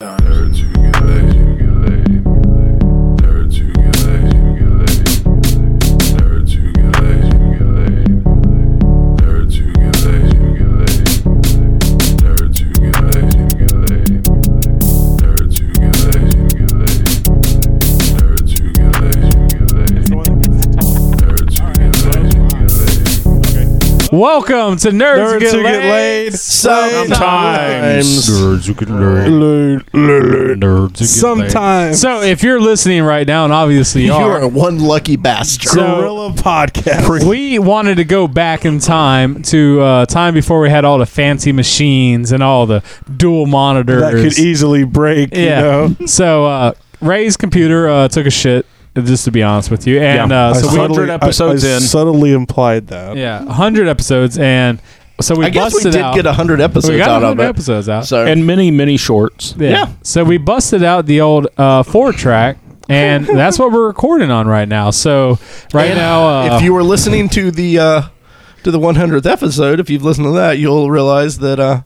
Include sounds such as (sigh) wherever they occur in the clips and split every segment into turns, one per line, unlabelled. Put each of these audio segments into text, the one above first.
Nerds who get lazy, get lazy, nerds who get lazy, get lazy, nerds who get lazy, get lazy, nerds who get lazy, get lazy, nerds who get lazy, get lazy, nerds who get lazy, get lazy, nerds who get lazy, get lazy, nerds who get lazy, get lazy.
Welcome to Nerds,
Nerds
Get,
who get
laid
laid
sometimes.
sometimes.
Nerds who get laid. Nerds who get
Sometimes.
So if you're listening right now, and obviously you,
You
are,
are one lucky bastard.
So-
Gorilla podcast.
we wanted to go back in time to uh, time before we had all the fancy machines and all the dual monitors.
That could easily break,
yeah.
you know.
So uh, Ray's computer uh, took a shit, just to be honest with you, and uh,
I
so we
100
I-
episodes
I,
in.
subtly implied that.
yeah, hundred episodes, and so we
I guess we
busted
did
out.
get 100 episodes
we got
out of
100
it.
episodes out.
So
And many, many shorts.
Yeah.
Yeah.
So we busted out the old uh, four track, and that's what we're recording on right now. So right
And
now, uh,
if you were listening to the uh, to the 100th episode, if you've listened to that, you'll realize that uh,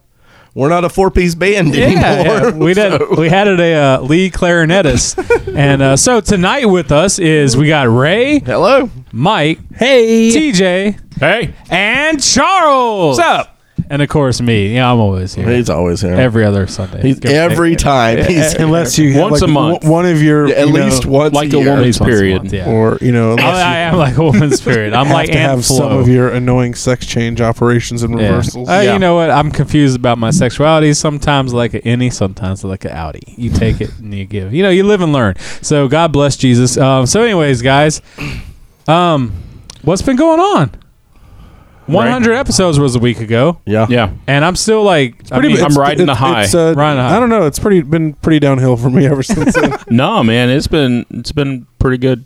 we're not a four piece band
yeah,
anymore.
yeah, we did. We had a uh, lead clarinetist, and uh, so tonight with us is we got Ray,
(laughs) Hello.
Mike,
Hey.
TJ,
Hey.
and Charles.
What's up?
And of course me. Yeah, I'm always here
He's always here.
every other Sunday.
He's
Go-
every time. He's
Unless you have,
Once
like,
a month.
w- one of your (laughs)
at
you
least
know,
once
Like
a
a
year.
woman's
once a
period.
month, yeah.
or you know,
I,
unless
I am like a woman's spirit. I'm
you
like
have to
Aunt
have
Flo.
some of your annoying sex change operations and
Yeah.
reversals.
Uh, You know what? I'm confused about my sexuality. Sometimes I like an innie, sometimes I like an outie. You take it and you give. You know, you live and learn. So God bless Jesus. Um, so, anyways, guys, um, what's been going on? 100 episodes was a week ago,
Yeah.
Yeah.
and I'm still like, I
pretty
mean,
big. I'm riding the high.
It's, uh,
Riding the high.
I don't know. It's pretty been pretty downhill for
(laughs)
me ever since. then.
No, man, it's been it's been pretty good,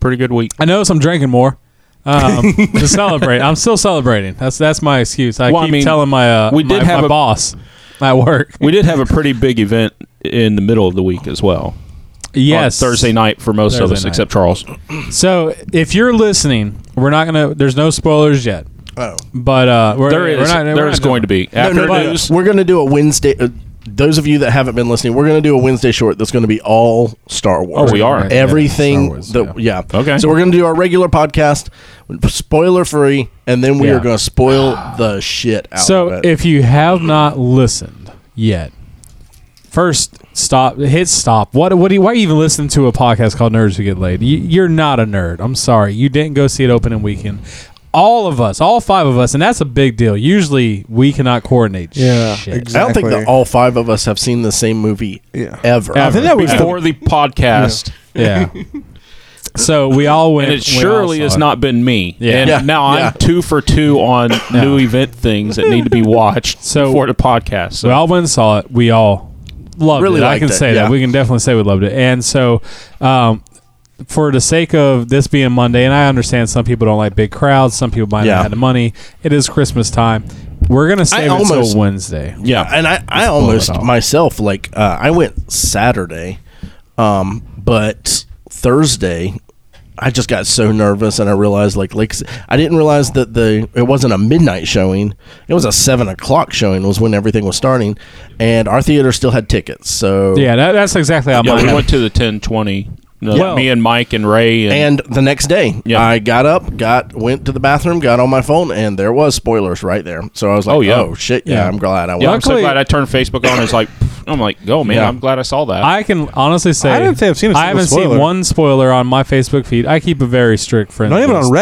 pretty good week.
I notice I'm drinking more.
(laughs)
Um, to celebrate, I'm still celebrating. That's that's my excuse. I
Well, I
keep
mean,
telling my uh,
we did
my,
have
my
a-
boss at work.
We did have a pretty big event in the middle of the week as well.
Yes,
on Thursday night for most of
Thursday
us,
night.
except Charles.
So if you're listening, we're not gonna. There's no spoilers yet,
Oh.
but uh, we're,
There
we're
is
not-
there
we're
is
not
going to be after
No, no, no,
news.
We're going to do a Wednesday. Uh, those of you that haven't been listening, we're going to do a Wednesday short that's going to be all Star Wars.
Oh, we are.
Yeah,
Everything.
Star Wars,
that, yeah.
Okay.
So we're going to do our regular podcast, spoiler free, and then we
Yeah.
are going to spoil the shit out
So
of it.
if you have not listened yet, first stop. Hit stop. What? What? Do you, why are you even listening to a podcast called Nerds Who Get Laid? You, you're not a nerd. I'm sorry. You didn't go see it opening weekend. All of us, all five of us, and that's a big deal. Usually, we cannot coordinate.
Yeah,
shit.
exactly.
I don't think that all five of us have seen the same movie
Yeah.
ever.
Ever.
think that was
before the podcast,
Yeah. so we all went.
and it
we all
surely
saw
has
it.
not been me.
Yeah.
And
Yeah.
now I'm
Yeah.
two for two on new event things that need to be (laughs) watched
So-
before the podcast. So
We all went and saw it. We all loved
Really
it. I
liked
can
it,
say
yeah.
that. We can definitely say we loved it. And so, um, for the sake of this being Monday, and I understand some people don't like big crowds, some people might
Yeah.
not have the money. It is Christmas time. We're gonna save it
almost-
till Wednesday.
yeah,
and I, I
pull it
almost
off.
myself like uh, I went Saturday, um, but Thursday I just got so nervous and I realized like like I didn't realize that the it wasn't a midnight showing it was a seven o'clock showing was when everything was starting, and our theater still had tickets so
Yeah, that, that's exactly how
yeah,
mine.
we went to the ten twenty.
Yeah.
me and Mike and Ray and,
And the next day,
Yeah.
I got up, got went to the bathroom, got on my phone, and there was spoilers right there. So I was like,
Oh,
"Oh,
yeah.
shit, yeah,
Yeah.
I'm glad I
Yeah,
went."
I'm so
Luckily-
glad I turned Facebook on. It's like I'm like, go man,
Yeah.
I'm glad I saw that.
I can honestly say
I don't think I've seen a
I haven't
single
seen
spoiler.
one spoiler on my Facebook feed. I keep a very strict friend.
Not even on
list.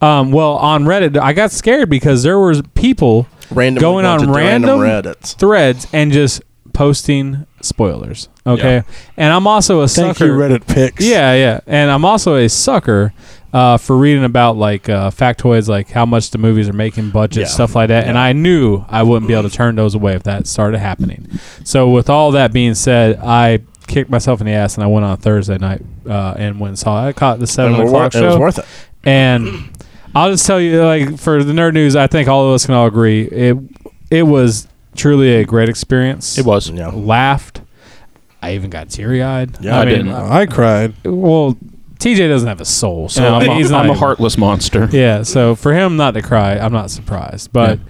Reddit.
Um, well, on Reddit, I got scared because there were people
Randomly
going on
going to
random,
random Reddits.
threads and just posting spoilers. Okay,
Yeah.
and I'm also a
Thank
sucker.
you, Reddit pics.
Yeah, yeah, and I'm also a sucker uh, for reading about like uh, factoids, like how much the movies are making, budget,
Yeah.
stuff like that. And I knew I wouldn't be able to turn those away if that started happening. So with all that being said, I kicked myself in the ass and I went on Thursday night uh, and went and saw. it. I caught the seven
And it,
o'clock
was,
show
it was worth it.
and I'll just tell you, like for the nerd news, I think all of us can all agree it it was truly a great experience.
it was.
Yeah.
Mm-hmm. laughed. I even got teary eyed.
Yeah,
I didn't.
I cried.
Well, TJ doesn't have a soul, so
So I'm,
I mean,
a-
he's not
I'm a
even-
heartless monster.
Yeah, so for him not to cry, I'm not surprised. But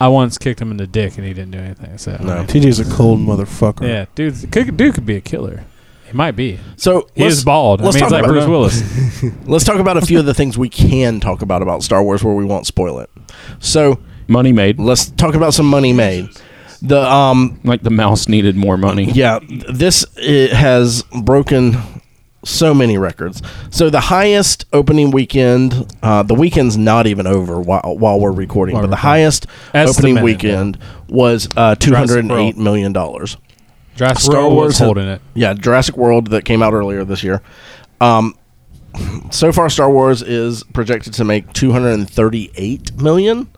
I once kicked him in the dick and he didn't do anything. So
No.
TJ's a cold motherfucker.
yeah, dude, could, dude could be a killer. He might be.
So
He
let's,
is bald. I mean,
let's
he's
talk
like
about
Bruce
that.
Willis.
let's talk about a few of the things we can talk about about Star Wars where we won't spoil it. So
Money made.
let's talk about some money made. The um
Like the mouse needed more money.
Yeah, th- this it has broken so many records. So the highest opening weekend, uh, the weekend's not even over while, while we're recording,
While
but
we're
the highest
Estimated,
opening weekend was uh, two hundred and
World.
eight million dollars.
Jurassic
Star
World
Wars
was
had-
holding it.
Yeah, Jurassic World that came out earlier this year. Um, so far, Star Wars is projected to make two hundred and thirty-eight million,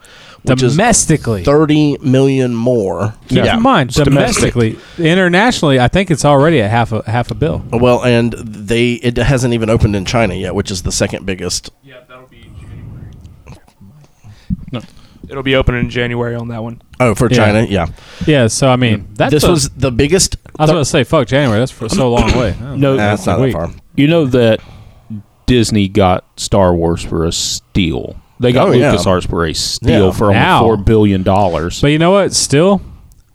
which is
Domestically.
thirty million more.
Keep in mind, domestically, internationally, I think it's already at half a half a bill.
Well, and they it hasn't even opened in China yet, which is the second biggest.
Yeah, that'll be January.
No.
It'll be open in January on that one.
Oh, for
Yeah.
China, yeah.
Yeah, so I mean, that's
this
a-
was the biggest.
I was about to say, fuck January. That's for so long
(coughs)
away. Oh.
No,
that's not
Wait.
that far.
you know that Disney got Star Wars for a steal. They got
Oh, yeah.
LucasArts for a steal
Yeah.
for almost
Now.
four billion dollars.
But you know what? Still,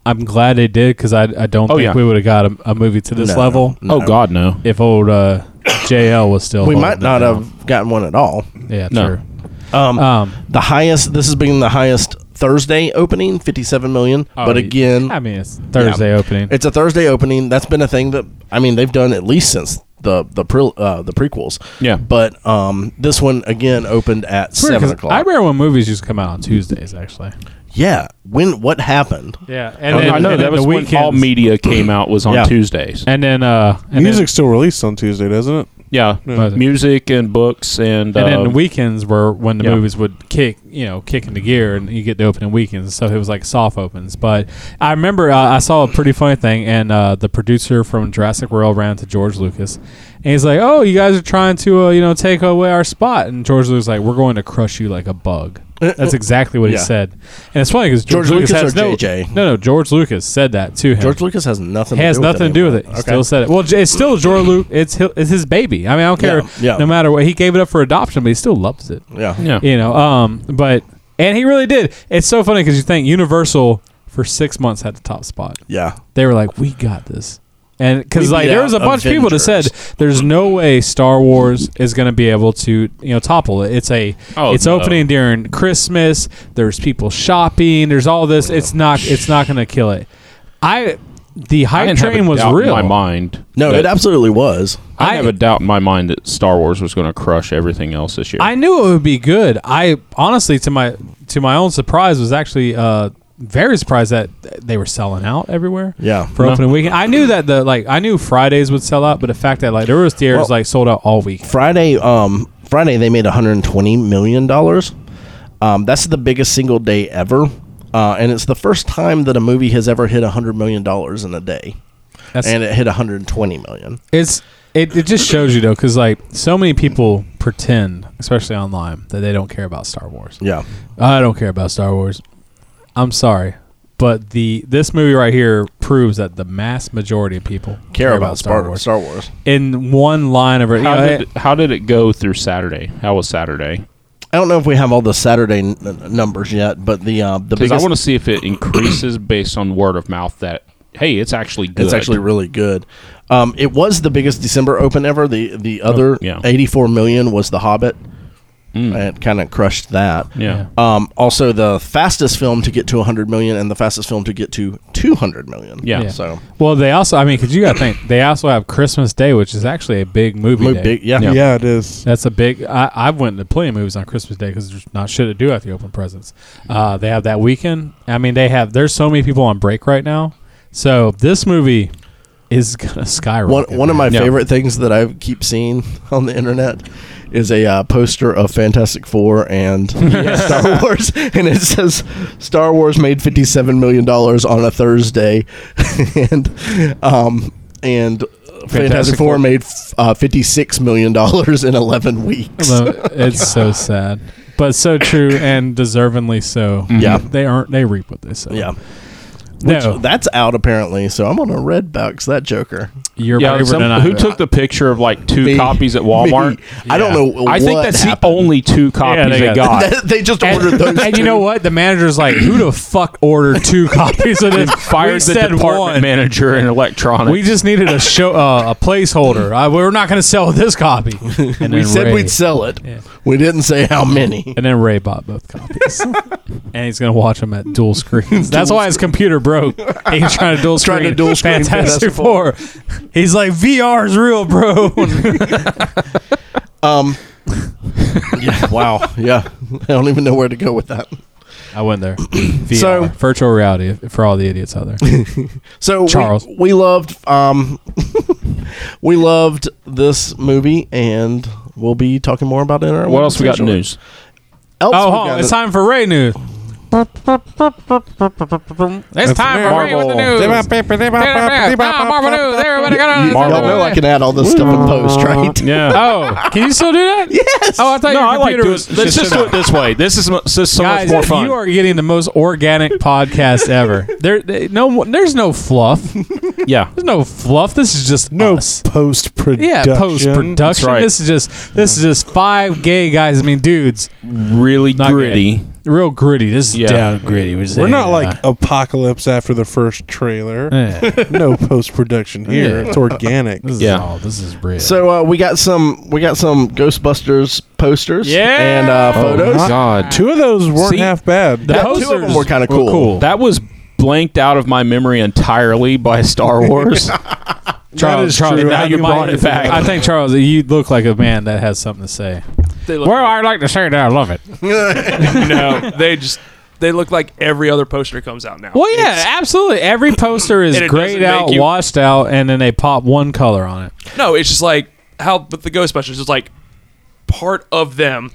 I'm glad they did because I, I don't
Oh,
think
yeah.
we would have got a, a movie to this
No,
level
no.
Oh God, no!
if old uh, JL was still.
We
holding
might
it
not
down.
have gotten one at all.
Yeah,
No.
true.
Um,
Um,
the highest. This has been the highest Thursday opening, fifty-seven million.
oh,
but again,
I mean, it's Thursday opening.
it's a Thursday opening. That's been a thing that I mean they've done at least since the the pre, uh, the prequels.
Yeah.
But um, this one again opened at
It's weird
seven
'cause
o'clock.
I remember when movies used to come out on Tuesdays, actually.
yeah. When what happened?
Yeah, and
Oh,
I
then,
know- I know
and
Oh, that
then
was
the
when all
weekends-
media came out was on
Yeah.
Tuesdays.
And then uh, and
Music's still released on Tuesday, doesn't it?
yeah,
Yeah.
music and books and,
Then, and
uh,
then
um,
the weekends were when the
yeah.
movies would kick, you know, kick into gear, and you get the opening weekends. So it was like soft opens. But I remember uh, I saw a pretty funny thing, and uh, the producer from Jurassic World ran to George Lucas, and he's like, "Oh, you guys are trying to, uh, you know, take away our spot." And George Lucas was like, "We're going to crush you like a bug." That's exactly what
Uh, Yeah.
he said, and it's funny because George,
George
Lucas,
Lucas
has
or
no,
JJ?
no, no, George Lucas said that to him.
George Lucas has nothing.
It has
to do
nothing to
with
do with it. He Still said it. Well, j- it's still George Luke. It's hi- it's his baby. I mean, I don't care.
Yeah, yeah.
No matter what, he gave it up for adoption, but he still loves it.
Yeah.
yeah,
You know. Um. But and he really did. It's so funny because you think Universal for six months had the top spot.
Yeah.
They were like, we got this. And
We
because like
beat
there was a
out
bunch of people that said
Avengers.
there's no way Star Wars is going to be able to you know topple it. It's a
Oh,
it's
no.
opening during Christmas. There's people shopping. There's all this. It's not it's not going to kill it. I the
I
hype
didn't have a
train was
doubt in
real.
my mind.
No,
that-
it absolutely was.
I,
I-
have a doubt in my mind that Star Wars was going to crush everything else this year.
I knew it would be good. I honestly, to my to my own surprise, was actually uh, very surprised that they were selling out everywhere.
Yeah.
for
No.
opening weekend. I knew that the like I knew Fridays would sell out, but the fact that like there was theaters
Well-
like sold out all week.
Friday, um, Friday they made 120 million dollars. Um, that's the biggest single day ever, uh, and it's the first time that a movie has ever hit 100 million dollars in a day,
That's
and it hit 120 million.
it's it, it just shows you though, because like so many people pretend, especially online, that they don't care about Star Wars.
Yeah,
I don't care about Star Wars. I'm sorry. But the this movie right here proves that the mass majority of people
care, about, Star, Wars.
Wars.
Star Wars.
in one line of it. you
how,
know,
did, how did it go through Saturday? How was Saturday?
I don't know if we have all the Saturday n- n- numbers yet, but the uh, the
Because I
biggest
want to see if it increases based on word of mouth that hey, it's actually good.
It's actually really good. Um, it was the biggest December open ever. The the other
yeah.
84 million was The Hobbit. And it kind of crushed that.
yeah.
Um, also, the fastest film to get to 100 million and the fastest film to get to 200 million.
Yeah.
Yeah.
So,
well, they also, I mean, because you got to think, they also have Christmas Day, which is actually a big movie
mo-
day.
big, yeah.
Yeah.
yeah.
Yeah, it is.
That's a big. I, I went to plenty of movies on Christmas Day because there's not shit to do at the open presents. Uh, they have that weekend. I mean, they have. There's so many people on break right now. So this movie is gonna
One,
skyrocket.
one of my
man.
favorite things that I keep seeing (laughs) on the internet is a uh, poster of Fantastic Four and (laughs) Star Wars, and it says Star Wars made fifty-seven million dollars on a Thursday, (laughs) and um, and Fantastic,
Fantastic
Four,
Four.
made f- uh, fifty-six million dollars in eleven weeks.
Although it's
(laughs)
so sad, but so true and deservingly so.
Yeah.
they aren't. They reap what they sow.
Yeah. which
No.
that's out apparently. So I'm gonna red box that Joker.
Your
Yeah,
favorite
some-
and I.
who took the picture of like two
(laughs) Me.
copies at Walmart?
Me. I don't know.
I think
what
that's
happened.
the only two
Yeah,
copies
they
they,
got-
(laughs)
got.
they just
and,
ordered those.
(laughs) and you know what? The manager's like, "Who the fuck ordered
(laughs)
two copies of this?"
Fired the department manager in electronics.
We just needed a show, uh, a placeholder. I, we're not going to sell this
(laughs)
copy. And then
we said
Ray,
we'd sell it. We didn't say how
(laughs)
many.
and then Ray bought both
(laughs)
copies, and he's going to watch them at dual screens. That's why his computer broke. He's trying to dual screen.
Trying to dual screen
Fantastic
Fantastic
Four. He's like VR is real, bro.
(laughs) Um. yeah. (laughs) Wow. Yeah. I don't even know where to go with that.
I went there. VR,
So-
virtual reality for all the idiots out there.
So we-
Charles.
we, loved um, (laughs) we loved this movie, and we'll be talking more about it. In our
what else we got in
section.
news?
Else
Oh,
we
hold on.
got
it's
it-
time for Ray news. It's time for Ray with the
Marvel.
news. Marvel news. Everybody got it.
Y'all know I can add all this stuff in post, right?
Yeah.
Oh, can you still do that? Yes. Oh, I thought
no,
your
I like
computer
doing.
was.
Let's just do it this way. This is mu- this is so
Guys,
much more fun.
you are getting the most organic podcast
(laughs)
ever. There, there- no, there's no fluff. There's
yeah.
no fluff. This is just us.
post production.
Yeah, post
That's
production.
right.
This is just this is just five gay guys. I mean, dudes,
Really
Not
gritty.
real gritty. This is
Yeah.
down gritty. We're,
We're not like apocalypse after the first trailer. no post production here.
Yeah.
It's
(laughs)
organic.
This is
Yeah.
all. This is real.
So uh, we got some we got some Ghostbusters posters
Yeah.
and uh,
Oh,
photos.
my God.
Two of those weren't
See?
half bad.
the
two of them
posters
were kinda cool.
That was blanked out of my memory entirely by Star Wars.
Charles,
is
Charles,
true.
Now
I
you
think-
brought it back.
I think Charles, you look like a man that has something to say. Well, I like to say that I love it.
(laughs) no, they just they look like every other poster comes out now.
Well, yeah, absolutely. Every poster is (laughs)
And it
grayed
doesn't make
out,
you-
washed out, and then they pop one color on it.
No, it's just like how but the Ghostbusters is like part of them.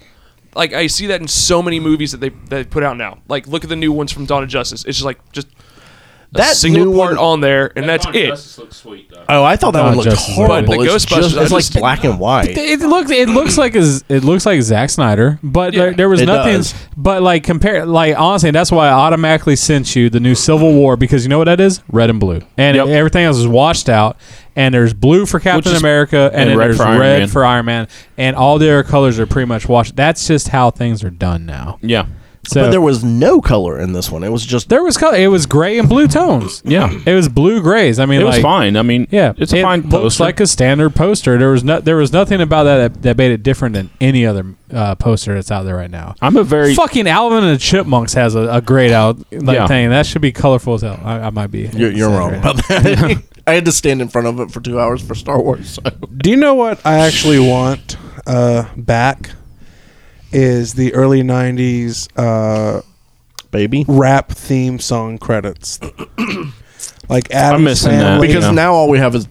Like I see that in so many movies that they that they put out now. Like look at the new ones from Dawn of Justice. It's just like just a
That
single
new
part
one-
on there, and that's it.
looks sweet though.
Oh, I thought that
Not
one looked
just the
horrible.
movie. The
it's
Ghostbusters,
just,
I
it's like
just-
black and white.
It looks it looks like is it looks like Zack Snyder, but there,
Yeah.
there was
It
nothing.
does.
But like compare like honestly, that's why I automatically sent you the new Civil War because you know what that is red and blue, and
Yep.
everything else is washed out. And there's blue for Captain
is-
America, and,
and
then
red
there's
for Iron
red
Man.
for Iron Man, and all their colors are pretty much washed. That's just how things are done now.
Yeah.
So
but
there,
there was no color in this one. It was just
was color. It was gray and blue tones.
Yeah.
It was blue grays. I mean,
It
like,
was fine. I mean,
Yeah,
it's a
it
fine
looks
poster.
like a standard poster. There was no, there was nothing about that that, that made it different than any other uh, poster that's out there right now.
I'm a very
Fucking Alvin and the Chipmunks has a, a grayed out like
Yeah.
thing that should be colorful as hell. I, I might be.
you're, you're wrong
exaggerating.
about that. (laughs) I had to stand in front of it for two hours for Star Wars. So.
Do you know what I actually want uh, back? Is the early '90s uh,
(laughs) Baby,
rap theme song credits?
(clears throat)
like Adam's
missing that.
family.
because
Yeah.
now all we have is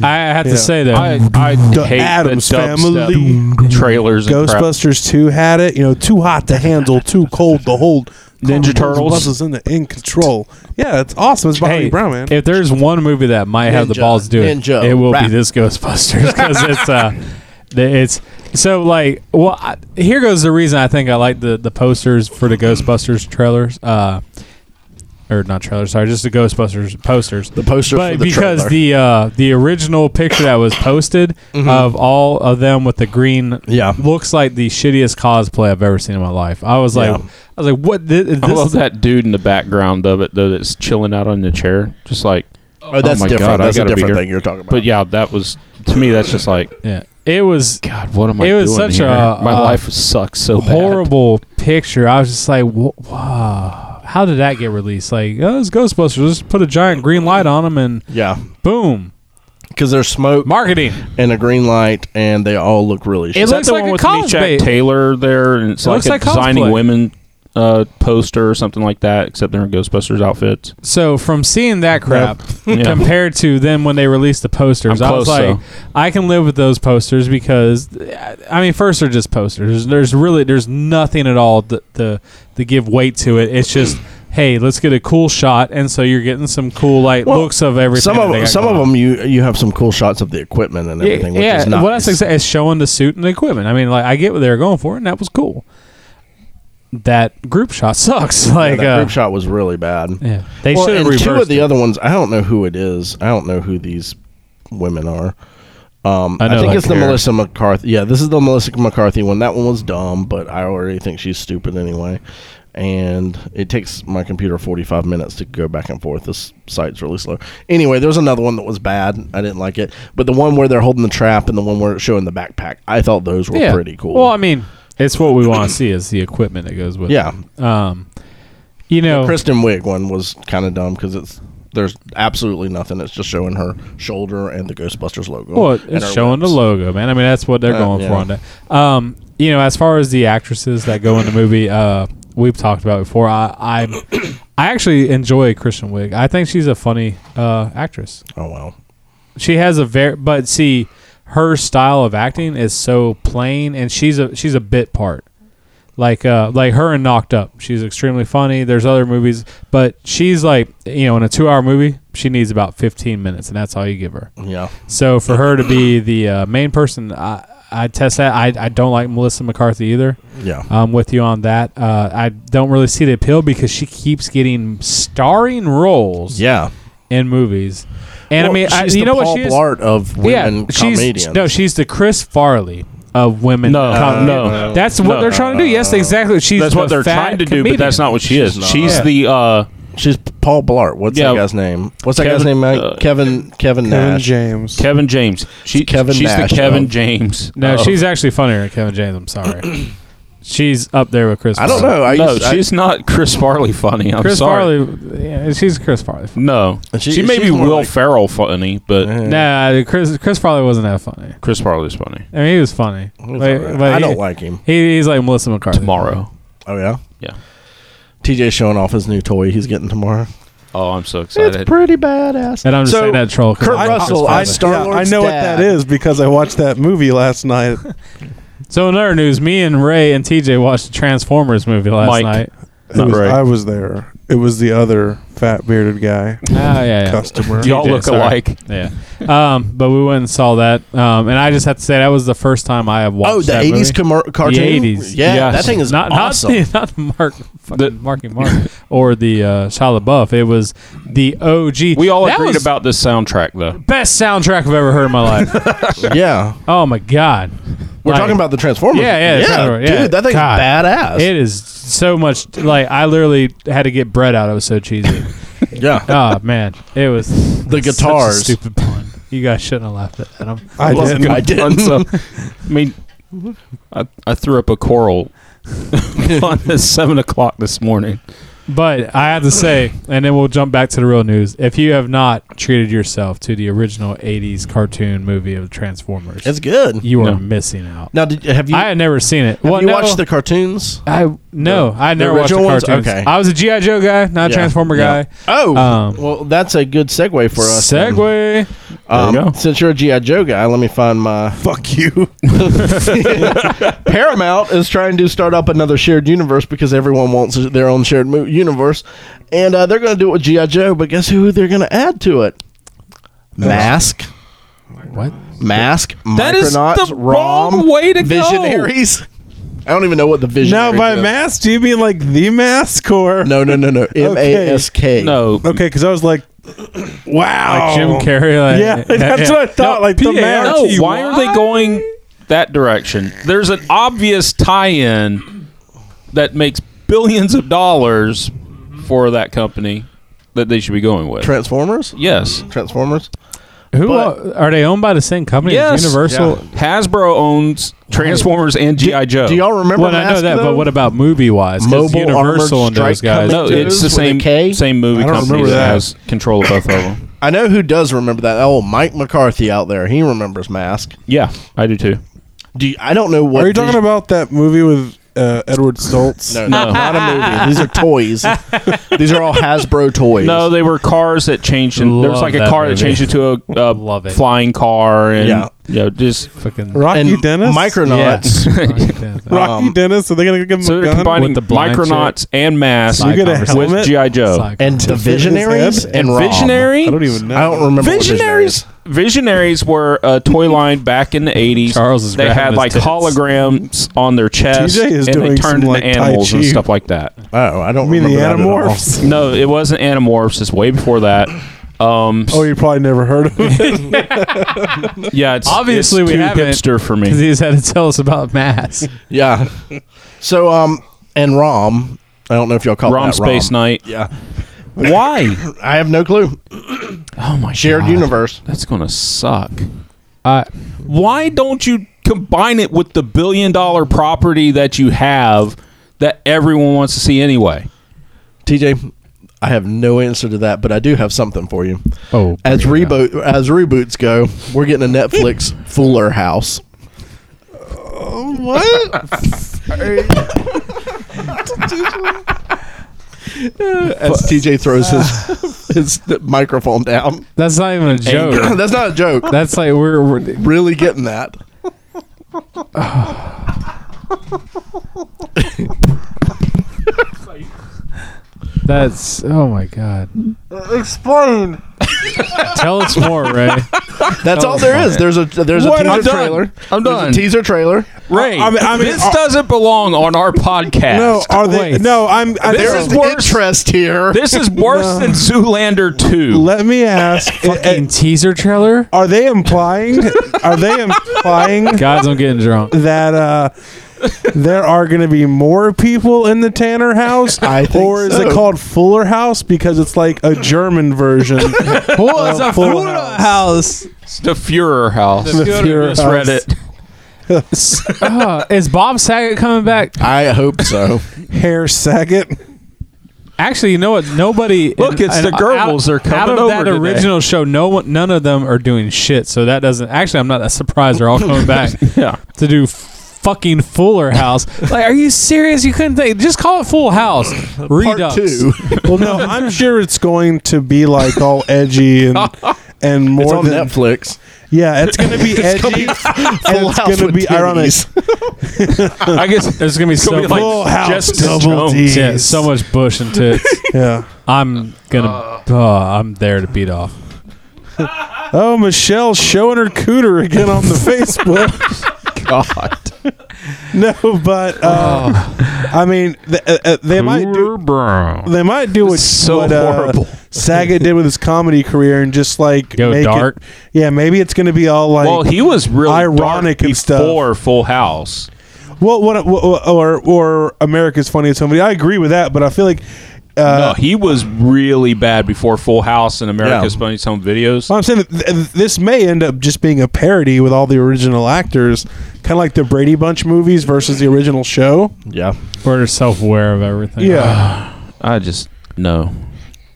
I have
Yeah.
to say though,
I, I hate
Addams
the dubstep
Family.
trailers. and crap.
Ghostbusters 2 had it. You know, too hot to handle, too cold to hold.
(laughs) Ninja Turtles.
was in the in control. Yeah, it's awesome. It's Bobby
hey,
Brown, man.
if there's one movie that might have the
Ninja.
balls to do it,
Ninja.
it will be
Rap.
this Ghostbusters because it's
(laughs)
uh, the- it's so like well. I, here goes the reason I think I like the the posters for the Ghostbusters trailers. Uh, or not trailers, sorry, just the Ghostbusters posters.
the poster
But
for the
because
trailer. Mm-hmm.
the uh, the original picture that was posted of all of them with the green
Yeah.
looks like the shittiest cosplay I've ever seen in my life. I was like,
Yeah.
I was like, what? This, this
I love
is-
that dude in the background of it though. That's chilling out on the chair, just like.
oh, that's
my
different.
God, I
that's a
gotta be
different
here.
thing you're talking about.
But yeah, that was to me. That's just like
Yeah, it was
God. What am I?
It was
doing
such
here?
a-
my
a
life sucks so bad.
horrible picture. I was just like, "Wha- wow, how did that get released? Like, oh, it's Ghostbusters. Let's put a giant green light on them and
yeah,
boom,
because there's smoke
marketing.
and a green light, and they all look really.
It
shit.
Is that
looks
the
like
one
a
with
cosplay.
Jack Taylor there, and it's
It
like
looks
a
like
designing
cosplay.
women uh, poster or something like that, except they're in Ghostbusters outfits.
So from seeing that crap
Yeah.
compared to then when they released the posters,
I'm
I was
close,
like,
though.
I can live with those posters because, I mean, first they're just posters. There's, there's really there's nothing at all to, to to give weight to it. It's just. Hey, let's get a cool shot, and so you're getting some cool like
Well,
looks of everything.
some
that they
of
got
some
going
of
on.
them you you have some cool shots of the equipment and everything, which is nice.
Well, that's exactly it's showing the suit and the equipment. I mean, like I get what they were going for, and that was cool. that group shot sucks. (laughs) Like,
that
uh,
group shot was really bad.
yeah, they
well,
should have
and
reversed
two of the
it.
other ones. I don't know who it is. I don't know who these women are. Um,
I
I,
know,
think
like
it's the
Karen.
Melissa McCarthy. Yeah, this is the Melissa McCarthy one. That one was dumb, but I already think she's stupid anyway. And it takes my computer 45 minutes to go back and forth. This site's really slow. Anyway, there's another one that was bad. I didn't like it. But the one where they're holding the trap and the one where it's showing the backpack, I thought those were
yeah.
pretty cool.
Well, I mean, it's what we want to see is the equipment that goes with.
yeah.
It. Um, you know,
Kristen Wiig one was kind of dumb because it's there's absolutely nothing. It's just showing her shoulder and the Ghostbusters logo.
Well,
and
it's
her
showing
lips.
the logo, man. I mean, that's what they're
Uh,
going for
yeah.
on that. Um, you know, as far as the actresses that go in the movie, uh, we've talked about before. I, I, I actually enjoy Christian Wiig. I think she's a funny uh, actress.
Oh wow.
She has a very, but see, her style of acting is so plain, and she's a she's a bit part. Like uh, like her and Knocked Up, she's extremely funny. There's other movies, but she's like you know, in a two-hour movie, she needs about 15 minutes, and that's all you give her.
Yeah.
So for her to be the uh, main person, I, I test that. I, I don't like Melissa McCarthy either.
Yeah.
I'm with you on that. Uh, I don't really see the appeal because she keeps getting starring roles
yeah.
in movies. And
Well,
I mean, I,
she's
you
the
know
Paul
what she is?
Blart of women
she's
comedians.
no, she's the Chris Farley of women.
No,
com-
no,
no.
that's what
no.
they're trying to do. Yes, exactly. She's
that's what
the
they're
fat
trying to do,
comedian.
but that's not what she is.
She's
She's,
not.
Yeah.
the uh,
she's Paul Blart. What's
Yeah.
that guy's name? What's that
Kevin-
guy's name? Mike?
uh,
Kevin. Kevin
Kevin
Nash.
James.
Kevin James. She,
Kevin
she's
Nash
the Kevin
of-
James. Oh.
No,
of-
she's actually funnier than Kevin James. I'm sorry. she's up there with Chris.
I don't
Farley.
know. I
no,
used, I-
she's not Chris Farley funny. I'm
Chris
sorry.
Farley, yeah, she's Chris Farley.
No,
She-
she, may be
she's more
Will
like-
Ferrell funny, but
eh,
Nah, Chris Chris Farley wasn't that funny.
Chris Farley's funny.
I mean, he was funny.
He's
Like,
all right.
but
I
he-
don't like him.
He, he's like Melissa McCarthy.
Tomorrow.
Oh yeah.
Yeah.
TJ's showing off his new toy he's getting tomorrow.
Oh, I'm so excited.
pretty badass.
And I'm just
So,
saying that troll. 'cause
Kurt
I like Chris
Russell, I
Farley.
st- Star-Lord's
I know what
dad.
that is because I watched that movie last night. (laughs)
so in other news, me and Ray and TJ watched the Transformers movie last
Mike.
night.
It
Not
was-
right.
I was there. It was the other fat bearded guy
Oh yeah, yeah.
customer. (laughs)
Y'all
TJ,
look
sorry.
alike.
Yeah, um, but we went and saw that, um, and I just have to say that was the first time I have watched.
Oh, the
that movie.
'80s commer- cartoon.
80s.
Yeah,
Yes.
that thing is
not
awesome.
not the, (laughs) not the Mark fucking Marky Mark or the uh, Shia LaBeouf. It was the OG.
We all
That
agreed
was
about this soundtrack, though.
best soundtrack I've ever heard in my
(laughs)
life.
yeah,
oh my god,
we're
Like,
talking about the Transformers.
Yeah, yeah, Transformers, yeah.
dude, that thing's
God.
badass.
It is so much like I literally had to get bread out. It was so
(laughs)
cheesy.
yeah,
oh man, it was
The
such a
guitars.
stupid pun. You guys shouldn't have laughed at that. (laughs) I'm-
(laughs) I
Well,
didn't.
I didn't.
So,
(laughs)
I mean, I, I threw up a coral on at seven o'clock this morning.
But I have to say, and then we'll jump back to the real news. If you have not treated yourself to the original '80s cartoon movie of Transformers,
It's good.
you are
No.
missing out.
Now, did, have you
I had never seen it.
have
well,
you
no,
watched the cartoons?
I no, I never watched the
original ones?
cartoons.
Okay.
I was a GI Joe guy, not a
Yeah,
Transformer
yeah.
guy.
Oh,
Um,
well, that's a good segue for us. then.
Segway.
Um,
There you go.
Since you're a GI Joe guy, let me find my. Fuck you. (laughs) Paramount is trying to start up another shared universe because everyone wants their own shared mo- universe, and uh, they're going to do it with GI Joe. But guess who they're going to add to it? Mask.
What?
Mask,
That is the
Micronauts,
wrong
Rom,
way to go.
Visionaries. I don't even know what the
Now
visionaries.
by
is.
mask, do you mean like the mask or
No, no, no, no. M A S K.
No,
Okay, because I was like, wow,
Like (laughs) Jim Carrey. Like,
Yeah, that's what I thought. like the mask.
Uh, no. Why are they going that direction? There's an obvious tie-in that makes billions of dollars for that company that they should be going with.
Transformers.
yes.
Transformers.
Who
But-
are, are they owned by the same company? as
Yes.
Universal.
Yeah.
Hasbro owns Transformers and GI Joe.
Do y'all remember?
Well, I know
Mask,
that,
though?
but what about movie wise?
Mobile
Universal and
Armored
those
Strike
guys.
Company.
no, Oh, it's the
With a
same
K?
same movie
I don't
company
remember
that,
that.
has control of both of (coughs) them.
I know who does remember that. Oh, Mike McCarthy out there. He remembers Mask.
Yeah, I do too.
Do you, I don't know what.
Are you
vis-
talking about that movie with uh, Edward Stoltz?
No,
(laughs)
no, not a movie. These are toys. These are all Hasbro toys.
No, they were cars that changed. And there was
Love
like a
that
car
movie.
that changed into a, (laughs) a
Love it.
flying car and
Yeah.
yeah, just
Fucking (laughs)
Rocky
and
Dennis.
Micronauts.
Yeah.
Rocky
Um,
Dennis. Are they gonna give him
so
a
they're
gun?
combining
With the
the
blind
Micronauts and Mass
You
get a
with
helmet?
GI Joe
And the
fit in his
Visionaries
head?
and Rom.
Visionary.
I don't even know.
I don't remember. what
Visionaries.
Visionaries.
Visionaries were a
(laughs)
toy line back in the eighties.
Charles is
they
grabbing
had
his
like
tits.
holograms on their chest,
TJ is
and
doing
they turned
some,
into
like, Tai
animals and
Chi.
stuff like that.
Oh, I don't
You mean the
remember that at all.
Animorphs?
No, it wasn't Animorphs. It's way before that. Um,
Oh, you probably never heard of
(laughs)
it.
yeah, it's
Obviously
it's
we
too
haven't,
hipster for
Because
me.
he's had to tell us about mass.
Yeah. So um and Rom, I don't know if y'all call
Rom
that
Space
Rom.
Night.
Yeah.
Why?
I have no clue.
Oh my
Shared
God.
universe.
That's gonna suck.
Uh,
Why don't you combine it with the billion dollar property that you have that everyone wants to see anyway?
TJ, I have no answer to that, but I do have something for you.
oh,
As reboot as reboots go, we're getting a Netflix Fuller House. what? (laughs) As TJ throws his his microphone down. (clears throat)
that's not even a joke.
That's not
(laughs)
a joke.
That's like we're, we're
Really getting that.
that's oh my god. Explain. Tell us more,
(laughs)
Ray.
That's all there is. There's a there's
Oh,
a
What?
teaser
I'm done.
trailer.
I'm
There's
done.
a teaser trailer.
Ray,
I mean- I mean,
this
uh,
doesn't belong on our podcast.
no, are they?
Wait.
No, I'm. I,
This
There
is
is
worse.
interest here.
This is worse than Zoolander 2.
let me
(laughs)
ask. eh,
Fucking teaser trailer.
are they implying? Are they implying
(laughs)
Guys, I'm getting drunk.
that uh, there are going to be more people in the Tanner house?
I think
or is it
so.
called Fuller House because it's like a German
(laughs)
version?
What's
a full house.
It's the Fuhrer house.
The Fuhrer
Just
house.
read it.
Uh, is Bob Saget coming back?
I hope so.
Hair Saget.
Actually, you know what? Nobody.
Look, it's the Goebbels.
Out,
They're coming
out of
over
that
today.
original show. No one, none of them are doing shit. So that doesn't. Actually, I'm not that surprised. They're all coming back
Yeah.
to do f- fucking Fuller House. Like, are you serious? You couldn't think. Just call it Full House. Redux.
Part two.
Well,
(laughs)
no, I'm sure it's going to be like all edgy and and
It's
more
on
than
(laughs) Netflix.
yeah. It's going to be edgy. and
Full
it's
House
going to
with
be ironic.
titties.
I
(laughs)
guess
There's gonna be so
gonna be
much.
like-
Full House
Justice
double
Jones.
D's.
yeah, so much bush and
(laughs)
tits.
Yeah.
I'm gonna. Uh, I'm there to beat off.
Oh, Michelle showing her cooter again on the
(laughs)
Facebook.
God.
No, but uh,
Oh.
I mean, th- uh, uh, they might do.
Brown.
They might do what,
so
what uh,
horrible.
Saget did with his comedy career and just like
Go
make it-
dark?
yeah, maybe it's going to be all like
well, he was really
ironic
ironic
and stuff.
before Full House.
Well, what, what or or America's Funniest Home Video. I agree with that, but I feel like uh,
no, he was really bad before Full House and America's
Yeah.
Funniest Home Videos.
well, I'm saying that th- this may end up just being a parody with all the original actors, kind of like the Brady Bunch movies versus the original show.
Yeah.
We're self-aware of everything. Uh,
Yeah,
I just no.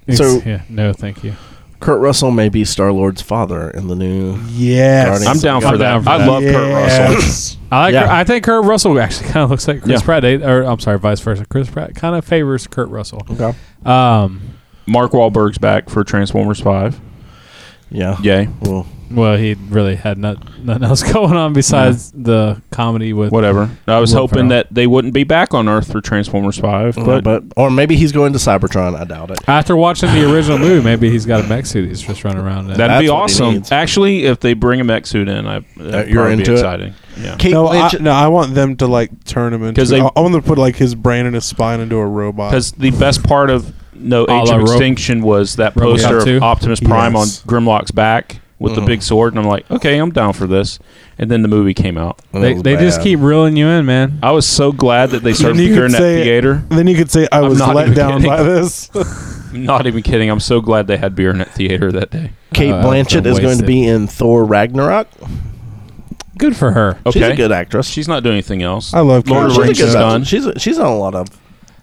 It's-
So-
yeah, no, thank you.
Kurt Russell may be Star Lord's father in the new.
yes.
Guardians.
I'm down
I'm
for
down
that.
for
I
that.
love Kurt Russell.
Yes.
I like.
Yeah.
Kurt- I think Kurt Russell actually kind of looks like Chris
Yeah.
Pratt, eh, or I'm sorry, vice versa. Chris Pratt kind of favors Kurt Russell.
Okay.
Um.
Mark Wahlberg's back for Transformers Five.
Yeah.
Yay.
Well,
Well, he really had not, nothing else (laughs) going on besides the comedy with
Whatever. I was
Will
hoping
Ferrell.
that they wouldn't be back on Earth for Transformers Five,
but,
but
but or maybe he's going to Cybertron. I doubt it.
After watching the original movie, maybe he's got a mech suit. He's just running around. in.
that'd be
That's what he
awesome.
needs.
Actually, if they bring a mech suit in, I that'd
you're
probably be
into it?
exciting. Yeah.
(laughs)
Kate
No, I,
Blanchett-
no, I want them to like turn him into.
'Cause they-
I, I want them to put like his brain and his spine into a robot.
Because the best part of No
la
Age of
Ro-
Extinction was that
Robocop
poster of
2?
Optimus Prime
Yes.
on Grimlock's back with the
Mhm.
big sword, and I'm like, okay, I'm down for this. And then the movie came out.
That
they
was
they just
bad.
keep reeling you in, man.
I was so glad that they started
you could
during that
say-
theater.
then you could say, "I
I'm
was
not
let
even
down
kidding.
by
(laughs)
this."
I'm not even kidding. I'm so glad they had beer in that theater that day.
Kate
Uh,
Blanchett is going
wasted.
to be in Thor Ragnarok.
Good for her.
Okay,
She's a good actress.
She's not doing anything else.
I love
Lord
No,
of
she's
the
a
Rings
good
is
actress.
done.
She's a, she's on a lot of.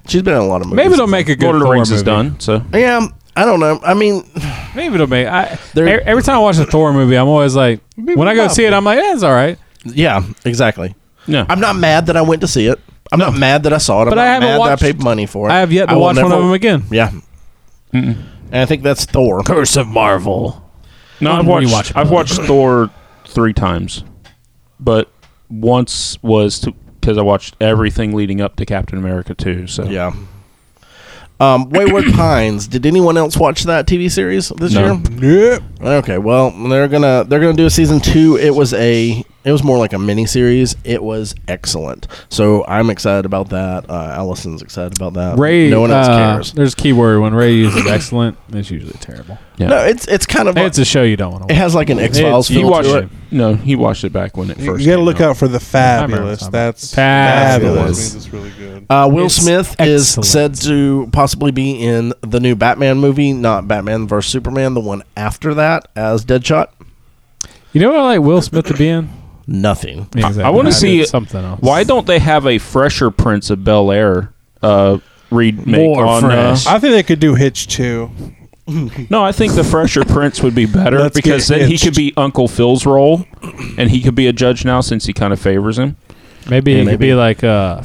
She's been in a lot of movies.
Maybe they'll make a good
Lord of the
Thor
Rings is
movie.
done. So
Yeah, I don't know. I mean,
Maybe it'll make. I,
They're-
e- every time I watch a Thor movie, I'm always like, when I go see it, I'm like, yeah, it's all right.
yeah, exactly.
no,
I'm not mad that I went to see it. I'm not mad that I saw it. I'm
But
not
I haven't
mad
watched-
that I paid money for it.
I have yet to
will
watch one
never-
of them again.
Yeah, and I think that's Thor.
Curse of Marvel.
no. I've watched.
Unrewatchable.
I've watched Thor three times, but once was to because I watched everything leading up to Captain America two. So
Yeah. Um, Wayward
(coughs)
Pines. Did anyone else watch that TV series this
No.
year?
Yep.
Okay, well they're gonna they're gonna do a season two. It was a it was more like a mini series. It was excellent. So I'm excited about that. Uh, Allison's excited about that.
Ray,
no one else
uh,
cares.
There's a keyword when Ray uses excellent. It's usually terrible.
No, it's it's kind of
It's a show you don't want
it
to. watch.
has like an X Files
It's- you
feel
watch
to
it.
it.
No, he watched it back when it
You
first.
got to
came
look out for the
remember
fabulous.
what I'm
That's
Fabulous.
fabulous. means it's really good.
Uh, Will
It's
Smith
excellent.
is said to possibly be in the new Batman movie, not Batman vs Superman, the one after that as Deadshot.
You know what I like Will Smith to be in?
Nothing.
Exactly.
I wanna
did
see-
something else.
Why don't they have a fresher Prince of Bel Air uh, remake
More
on? uh,
fresh.
I think they could do Hitch too.
no, I think
(laughs)
the fresher Prince would be better
Let's
because
get
then he
hitched.
could be Uncle Phil's role, and he could be a judge now since he kind of favors him.
Maybe it could
maybe.
be like a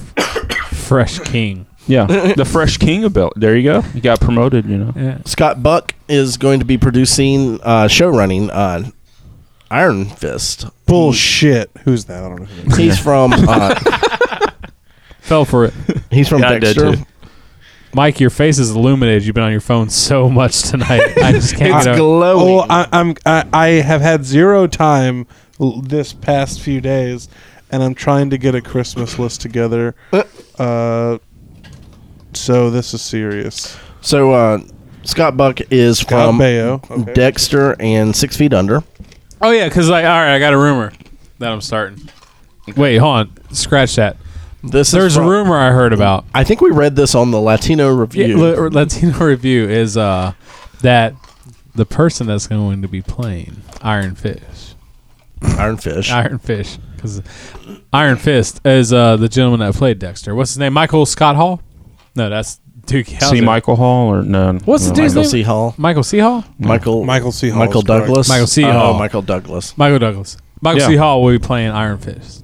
fresh king.
Yeah, the fresh king of Bel. There you go. He got promoted. You know.
Yeah.
Scott Buck is going to be producing, uh, show running uh, Iron Fist.
Bullshit. Who's that? I don't know. Who that is.
(laughs)
He's from uh,
Fell for it.
he's from
Yeah, I did
Dexter.
too.
Mike, your face is illuminated. You've been on your phone so much tonight. I just can't
It's
get over
glowing.
Oh, I, I'm. I, I have had zero time l- this past few days, and I'm trying to get a Christmas list together. Uh, so this is serious.
so uh, Scott Buck is
Scott
from
Baio. Okay.
Dexter and Six Feet Under.
Oh, yeah, because, like, all right, I got a rumor that I'm starting. Wait, hold on. Scratch that.
This
There's
is
a
from-
rumor I heard about.
I think we read this on the Latino review.
Yeah, Le- Latino (laughs) Review is uh, that the person that's going to be playing Iron Fist,
Iron Fish.
Iron Fish, because Iron Fist is uh, the gentleman that played Dexter. What's his name? Michael Scott Hall? No, that's Duke.
See
Hauser.
Michael Hall or no?
What's the
no,
dude's
Michael
name?
C. Hall.
Michael C. Hall?
Michael
Michael C. Hall
Michael
is correct.
Douglas.
Michael C.
Oh,
Hall.
Michael Douglas.
Michael Douglas. Michael
Yeah.
C. Hall will be playing Iron Fist.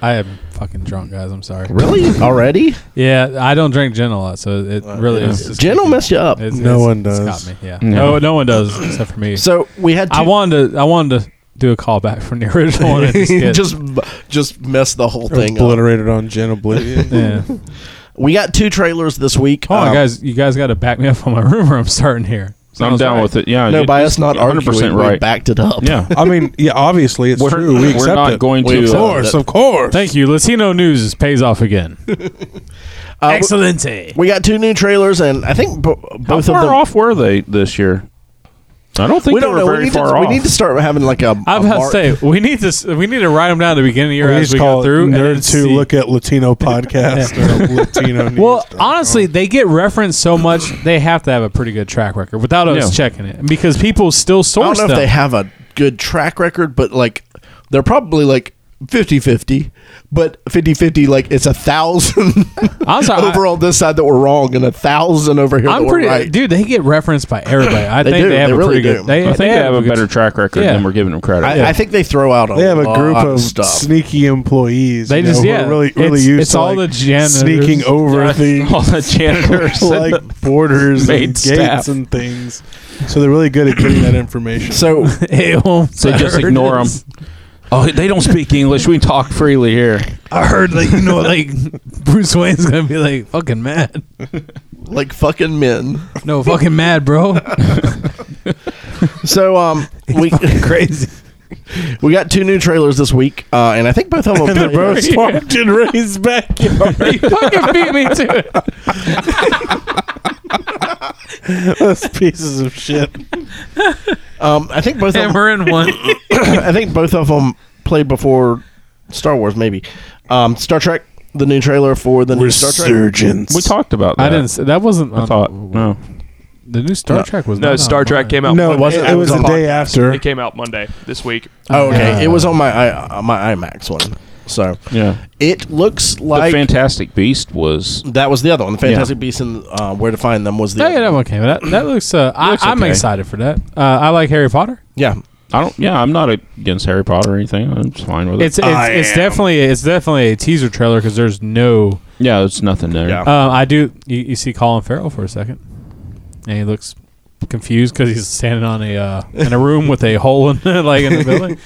I am fucking drunk, guys. I'm sorry.
Really? Already?
Yeah, I don't drink gin a lot, so it really
yeah.
is. just-
Jen will mess you up.
it's-
No
it's-
one
it's
does.
got me, Yeah.
No.
No, no one does except for me.
So we had. Two,
I
(laughs)
wanted to I wanted to do a callback from the original one. and just get-
just just mess the whole thing up.
Obliterated on Gen Oblivion.
yeah.
We got two trailers this week.
Hold on,
Um,
guys. You guys got to back me up on my rumor. I'm starting here.
I'm down with it. Yeah.
No
it-
bias, not arguing.
100%
We
right.
backed it up. (laughs)
Yeah.
(laughs) I mean, yeah, obviously it's
We're,
true. We
we're
accept
not
it.
going
We
to. uh,
of
accept
course,
it.
of course.
Thank you. Latino news pays off
(laughs)
again.
Uh, we-
Excelente.
We got two new trailers, and I think bo-
How
both of
far
them.
off were they this year? I don't think
we
they
don't
were
know.
very
we, need
far
to,
off.
we need to start having like a.
I'm
a
about to
mark-
say we need to s- we need to write them down at the beginning of the year
We
as
just
we
call
go through.
it
and then
Nerd Two
see.
Look
(laughs)
at Latino podcast or Latino news.
Well, honestly, they get referenced so much they have to have a pretty good track record without us
Yeah.
checking it because people still
I don't
source
know if
them.
they have a good track record, but like they're probably like 50-50, but 50-50 like it's a thousand (laughs)
I'm sorry, I-
over on this side that we're wrong and a thousand over here
I'm
that
pretty
we're right.
dude. They get referenced by everybody. I
They
think
do.
they have
They
a
really
pretty
do.
good. They,
I think they, have a
good-
better track record
Yeah.
than we're giving them credit.
I, I think they throw out. A
They have a
lot
group of
stuff.
sneaky employees.
They
you
just-
know, who
yeah,
are really
it's-
really used
it's
to
all
like,
the janitors.
sneaking over
(laughs)
things,
all the (laughs) janitors.
(laughs)
and
like borders
maid
and gates
staff.
and things. So they're really good at getting that information. (laughs)
So
It won't (laughs)
the- they just
matter.
ignore them. Oh, they don't speak English. We talk freely here.
I heard like you know like Bruce Wayne's gonna be like fucking mad.
like
(laughs)
fucking men.
No, fucking mad, bro.
So um, we
Crazy.
(laughs) we got two new trailers this week, uh, and I think both of them.
and (laughs) they're both
(laughs)
swamped in Ray's backyard.
You fucking beat me to it.
(laughs) Those pieces of shit.
um, I think both of
And
them,
we're in one.
I think both of them (clears throat) played before Star Wars, maybe. Um, Star Trek, the new trailer for the new Star Trek.
We talked about that.
I didn't. Say, that wasn't.
I thought oh, no.
the new Star
No.
Trek was
No,
not
Star
on
Trek
mine.
came out.
No, it
Monday.
wasn't. It was
on
the day
podcast.
after.
It came out Monday this week.
Oh, okay.
Yeah.
It was on my I, uh, my IMAX one. So
Yeah,
it looks
the
like
Fantastic Beast was.
that was the other one. The Fantastic Beast and uh, Where to Find Them was the.
Oh,
other
yeah, that
one.
one came. That that looks. Uh, I,
looks
I'm
okay.
excited for that. Uh, I like Harry Potter.
yeah.
I don't. Yeah, I'm not against Harry Potter or anything. I'm just fine with it.
It's it's, it's definitely it's definitely a teaser trailer because there's no.
yeah, it's nothing there.
Yeah.
Um, I do. You, you see Colin Farrell for a second, and he looks confused because he's standing on a uh, in a room with a hole in the, (laughs) like in the building.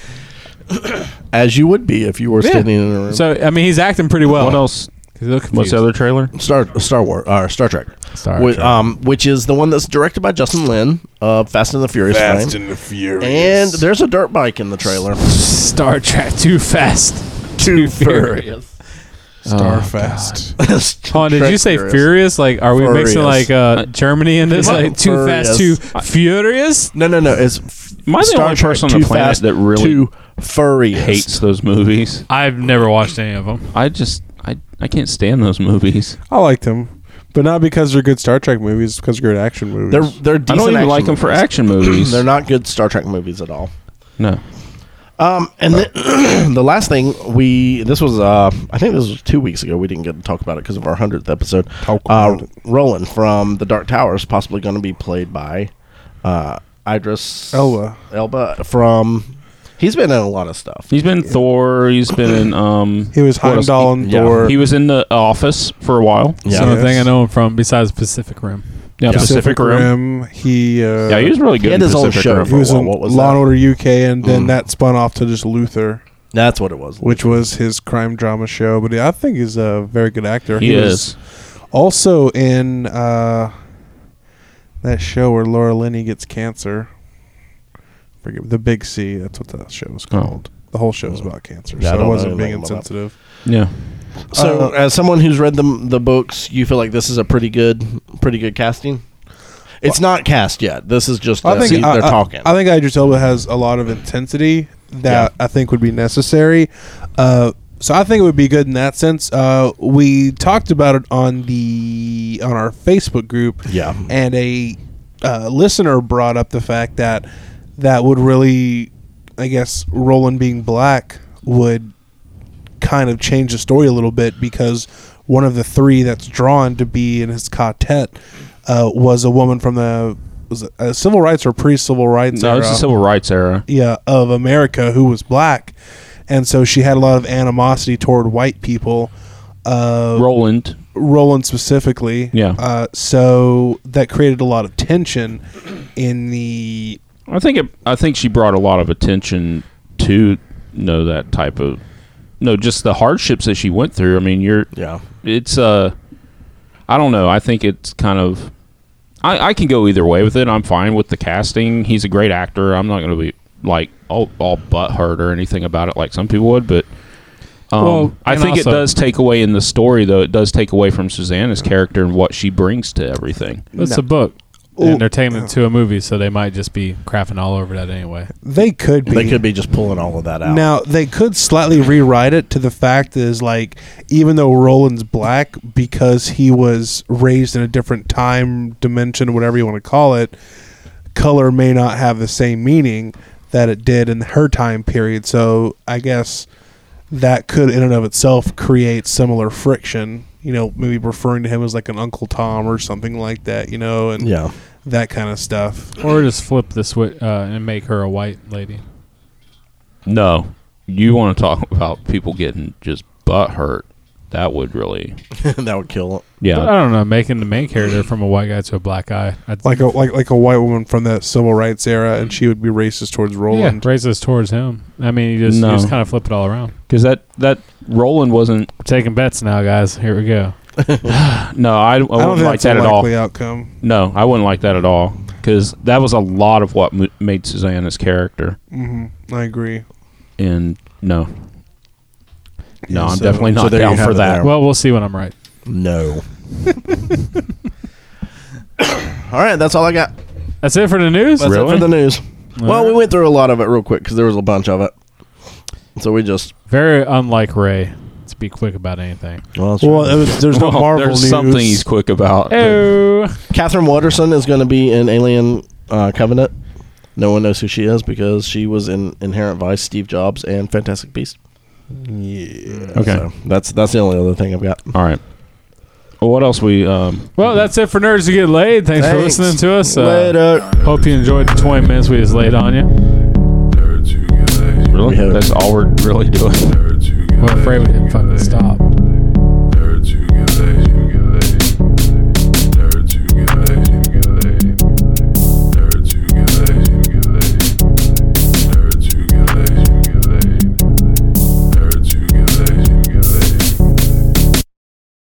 As you would be if you were
Yeah.
standing in a room.
So I mean, he's acting pretty well.
What else?
Because they'll confuse.
What's the other trailer?
Star Star War or Star Trek,
Star
Which,
Trek.
um, which is the one that's directed by Justin Lin of Fast and the Furious.
Fast
fame.
and the Furious.
and there's a dirt bike in
(laughs)
the trailer.
Star Trek too fast.
Too
Star Fast.
Oh,
(laughs)
Hold on, did you say furious? Like, are we mixing like
Furious.
uh, Germany and this?
Am I-
Like, too fast, too furious?
No, no, no. It's f-
Am I the
Star
only
Trek
person on the
Too
planet
Fast,
that really
Too Furious.
Hates those movies.
I've never watched any of them.
I just I I can't stand those movies.
(laughs) I liked them, but not because they're good Star Trek movies. It's because they're good action movies.
They're they're decent
I don't even
action
like them for
movies.
action movies.
(clears throat) They're not good Star Trek movies at all.
No.
Um, and then (clears throat) the last thing we this was uh I think this was two weeks ago we didn't get to talk about it because of our hundredth episode.
Talk
uh,
about it.
Roland from the Dark Tower is possibly going to be played by uh Idris
Elba.
Elba from he's been in a lot of stuff.
He's been Thor. He's been
(clears throat)
in um.
he was
what else?
Heimdall and
yeah.
Thor.
He was in the office for a while.
It's the
Yeah,
only
Yes.
thing I know him from besides Pacific Rim.
Yeah,
Pacific Rim. He uh,
Yeah, he was really good.
He had
in
his own
Pacific
show.
Rim.
for
he
a
was
while.
in
What was
Law and
that?
Order UK, and then
Mm.
that spun off to just Luther,
that's what it was.
which was his crime drama show. But I think he's a very good actor.
He
was
is.
also in uh, that show where Laura Linney gets cancer. Forget the Big C. That's what that show is called. The whole show is about cancer,
Oh. Uh, Yeah, I
so
don't
it
know
wasn't being
anything about that.
insensitive.
Yeah.
So,
Uh,
as someone who's read the the books, you feel like this is a pretty good, pretty good casting. It's not cast yet. This is just uh, see, they're
I,
talking.
I think Idris Elba has a lot of intensity that I think would be necessary. Uh, so I think it would be good in that sense. Uh, we talked about it on the on our Facebook group.
Yeah.
and a uh, listener brought up the fact that that would really, I guess, Roland being black would kind of change the story a little bit because one of the three that's drawn to be in his quartet uh, was a woman from the was it, uh, civil rights or pre-civil rights
No,
era,
it's the civil rights era.
yeah of America who was black, and so she had a lot of animosity toward white people. Uh,
Roland.
Roland specifically.
Yeah.
Uh, so that created a lot of tension in the
I think it, I think she brought a lot of attention to you know that type of no just the hardships that she went through. I mean, you're
yeah,
it's uh I don't know. I think it's kind of I, I can go either way with it. I'm fine with the casting. He's a great actor. I'm not going to be like all all butthurt or anything about it like some people would, but um,
Well,
I
and
think
also-
it does take away in the story though. It does take away from Susanna's character and what she brings to everything.
It's a book. And they're taking it to a movie, so they might just be crapping all over that anyway.
they could be
they could be just pulling all of that out.
now they could slightly rewrite it to the fact is like even though Roland's black because he was raised in a different time dimension whatever you want to call it color may not have the same meaning that it did in her time period so I guess that could in and of itself create similar friction you know maybe referring to him as like an Uncle Tom or something like that you know and
yeah, (laughs)
that kind of stuff
Or just flip the switch uh, and make her a white lady.
No. You want to talk (laughs) about people getting just butt hurt. That would really
that would kill it.
But
Yeah.
I don't know, making the main character from a white guy to a black guy. I
like a like like a white woman from the civil rights era, and she would be racist towards
yeah,
Roland.
racist towards him. I mean, you just
No.
you just kind of flip it all around.
Cuz that that Roland wasn't
We're taking bets now, guys. Here we go.
No, I, I
I don't
wouldn't
think
like
that's
that
a
at all.
likely outcome.
No, I wouldn't like that at all because that was a lot of what mo- made Susanna's character.
hmm I agree.
And no, no,
Yeah,
I'm
so-
definitely
so
not
there you
down
have
for
it
that.
there.
Well, we'll see when I'm right.
No. (laughs) all right, that's all I got.
That's it for the news.
That's it
Really?
for the news. well, we
right.
went through a lot of it real quick because there was a bunch of it. So we just
Very unlike Ray to be quick about anything.
well,
(laughs) Well, it was, there's no
Well,
Marvel
there's
news.
something he's quick about.
Oh,
(laughs) Catherine Waterson is going to be in Alien uh, Covenant. No one knows who she is because she was in Inherent Vice, Steve Jobs, and Fantastic Beast.
yeah.
Okay.
So that's that's the only other thing I've got.
All right. Well, what else we? Um,
well, that's it for nerds to get laid. Thanks, for
Thanks.
listening to us. Uh,
Later.
Hope you enjoyed the 20 minutes we just laid on you.
Nerds who get lazy.
really?
We have-
That's all we're really (laughs) doing.
Nerds who get
We're afraid we didn't fucking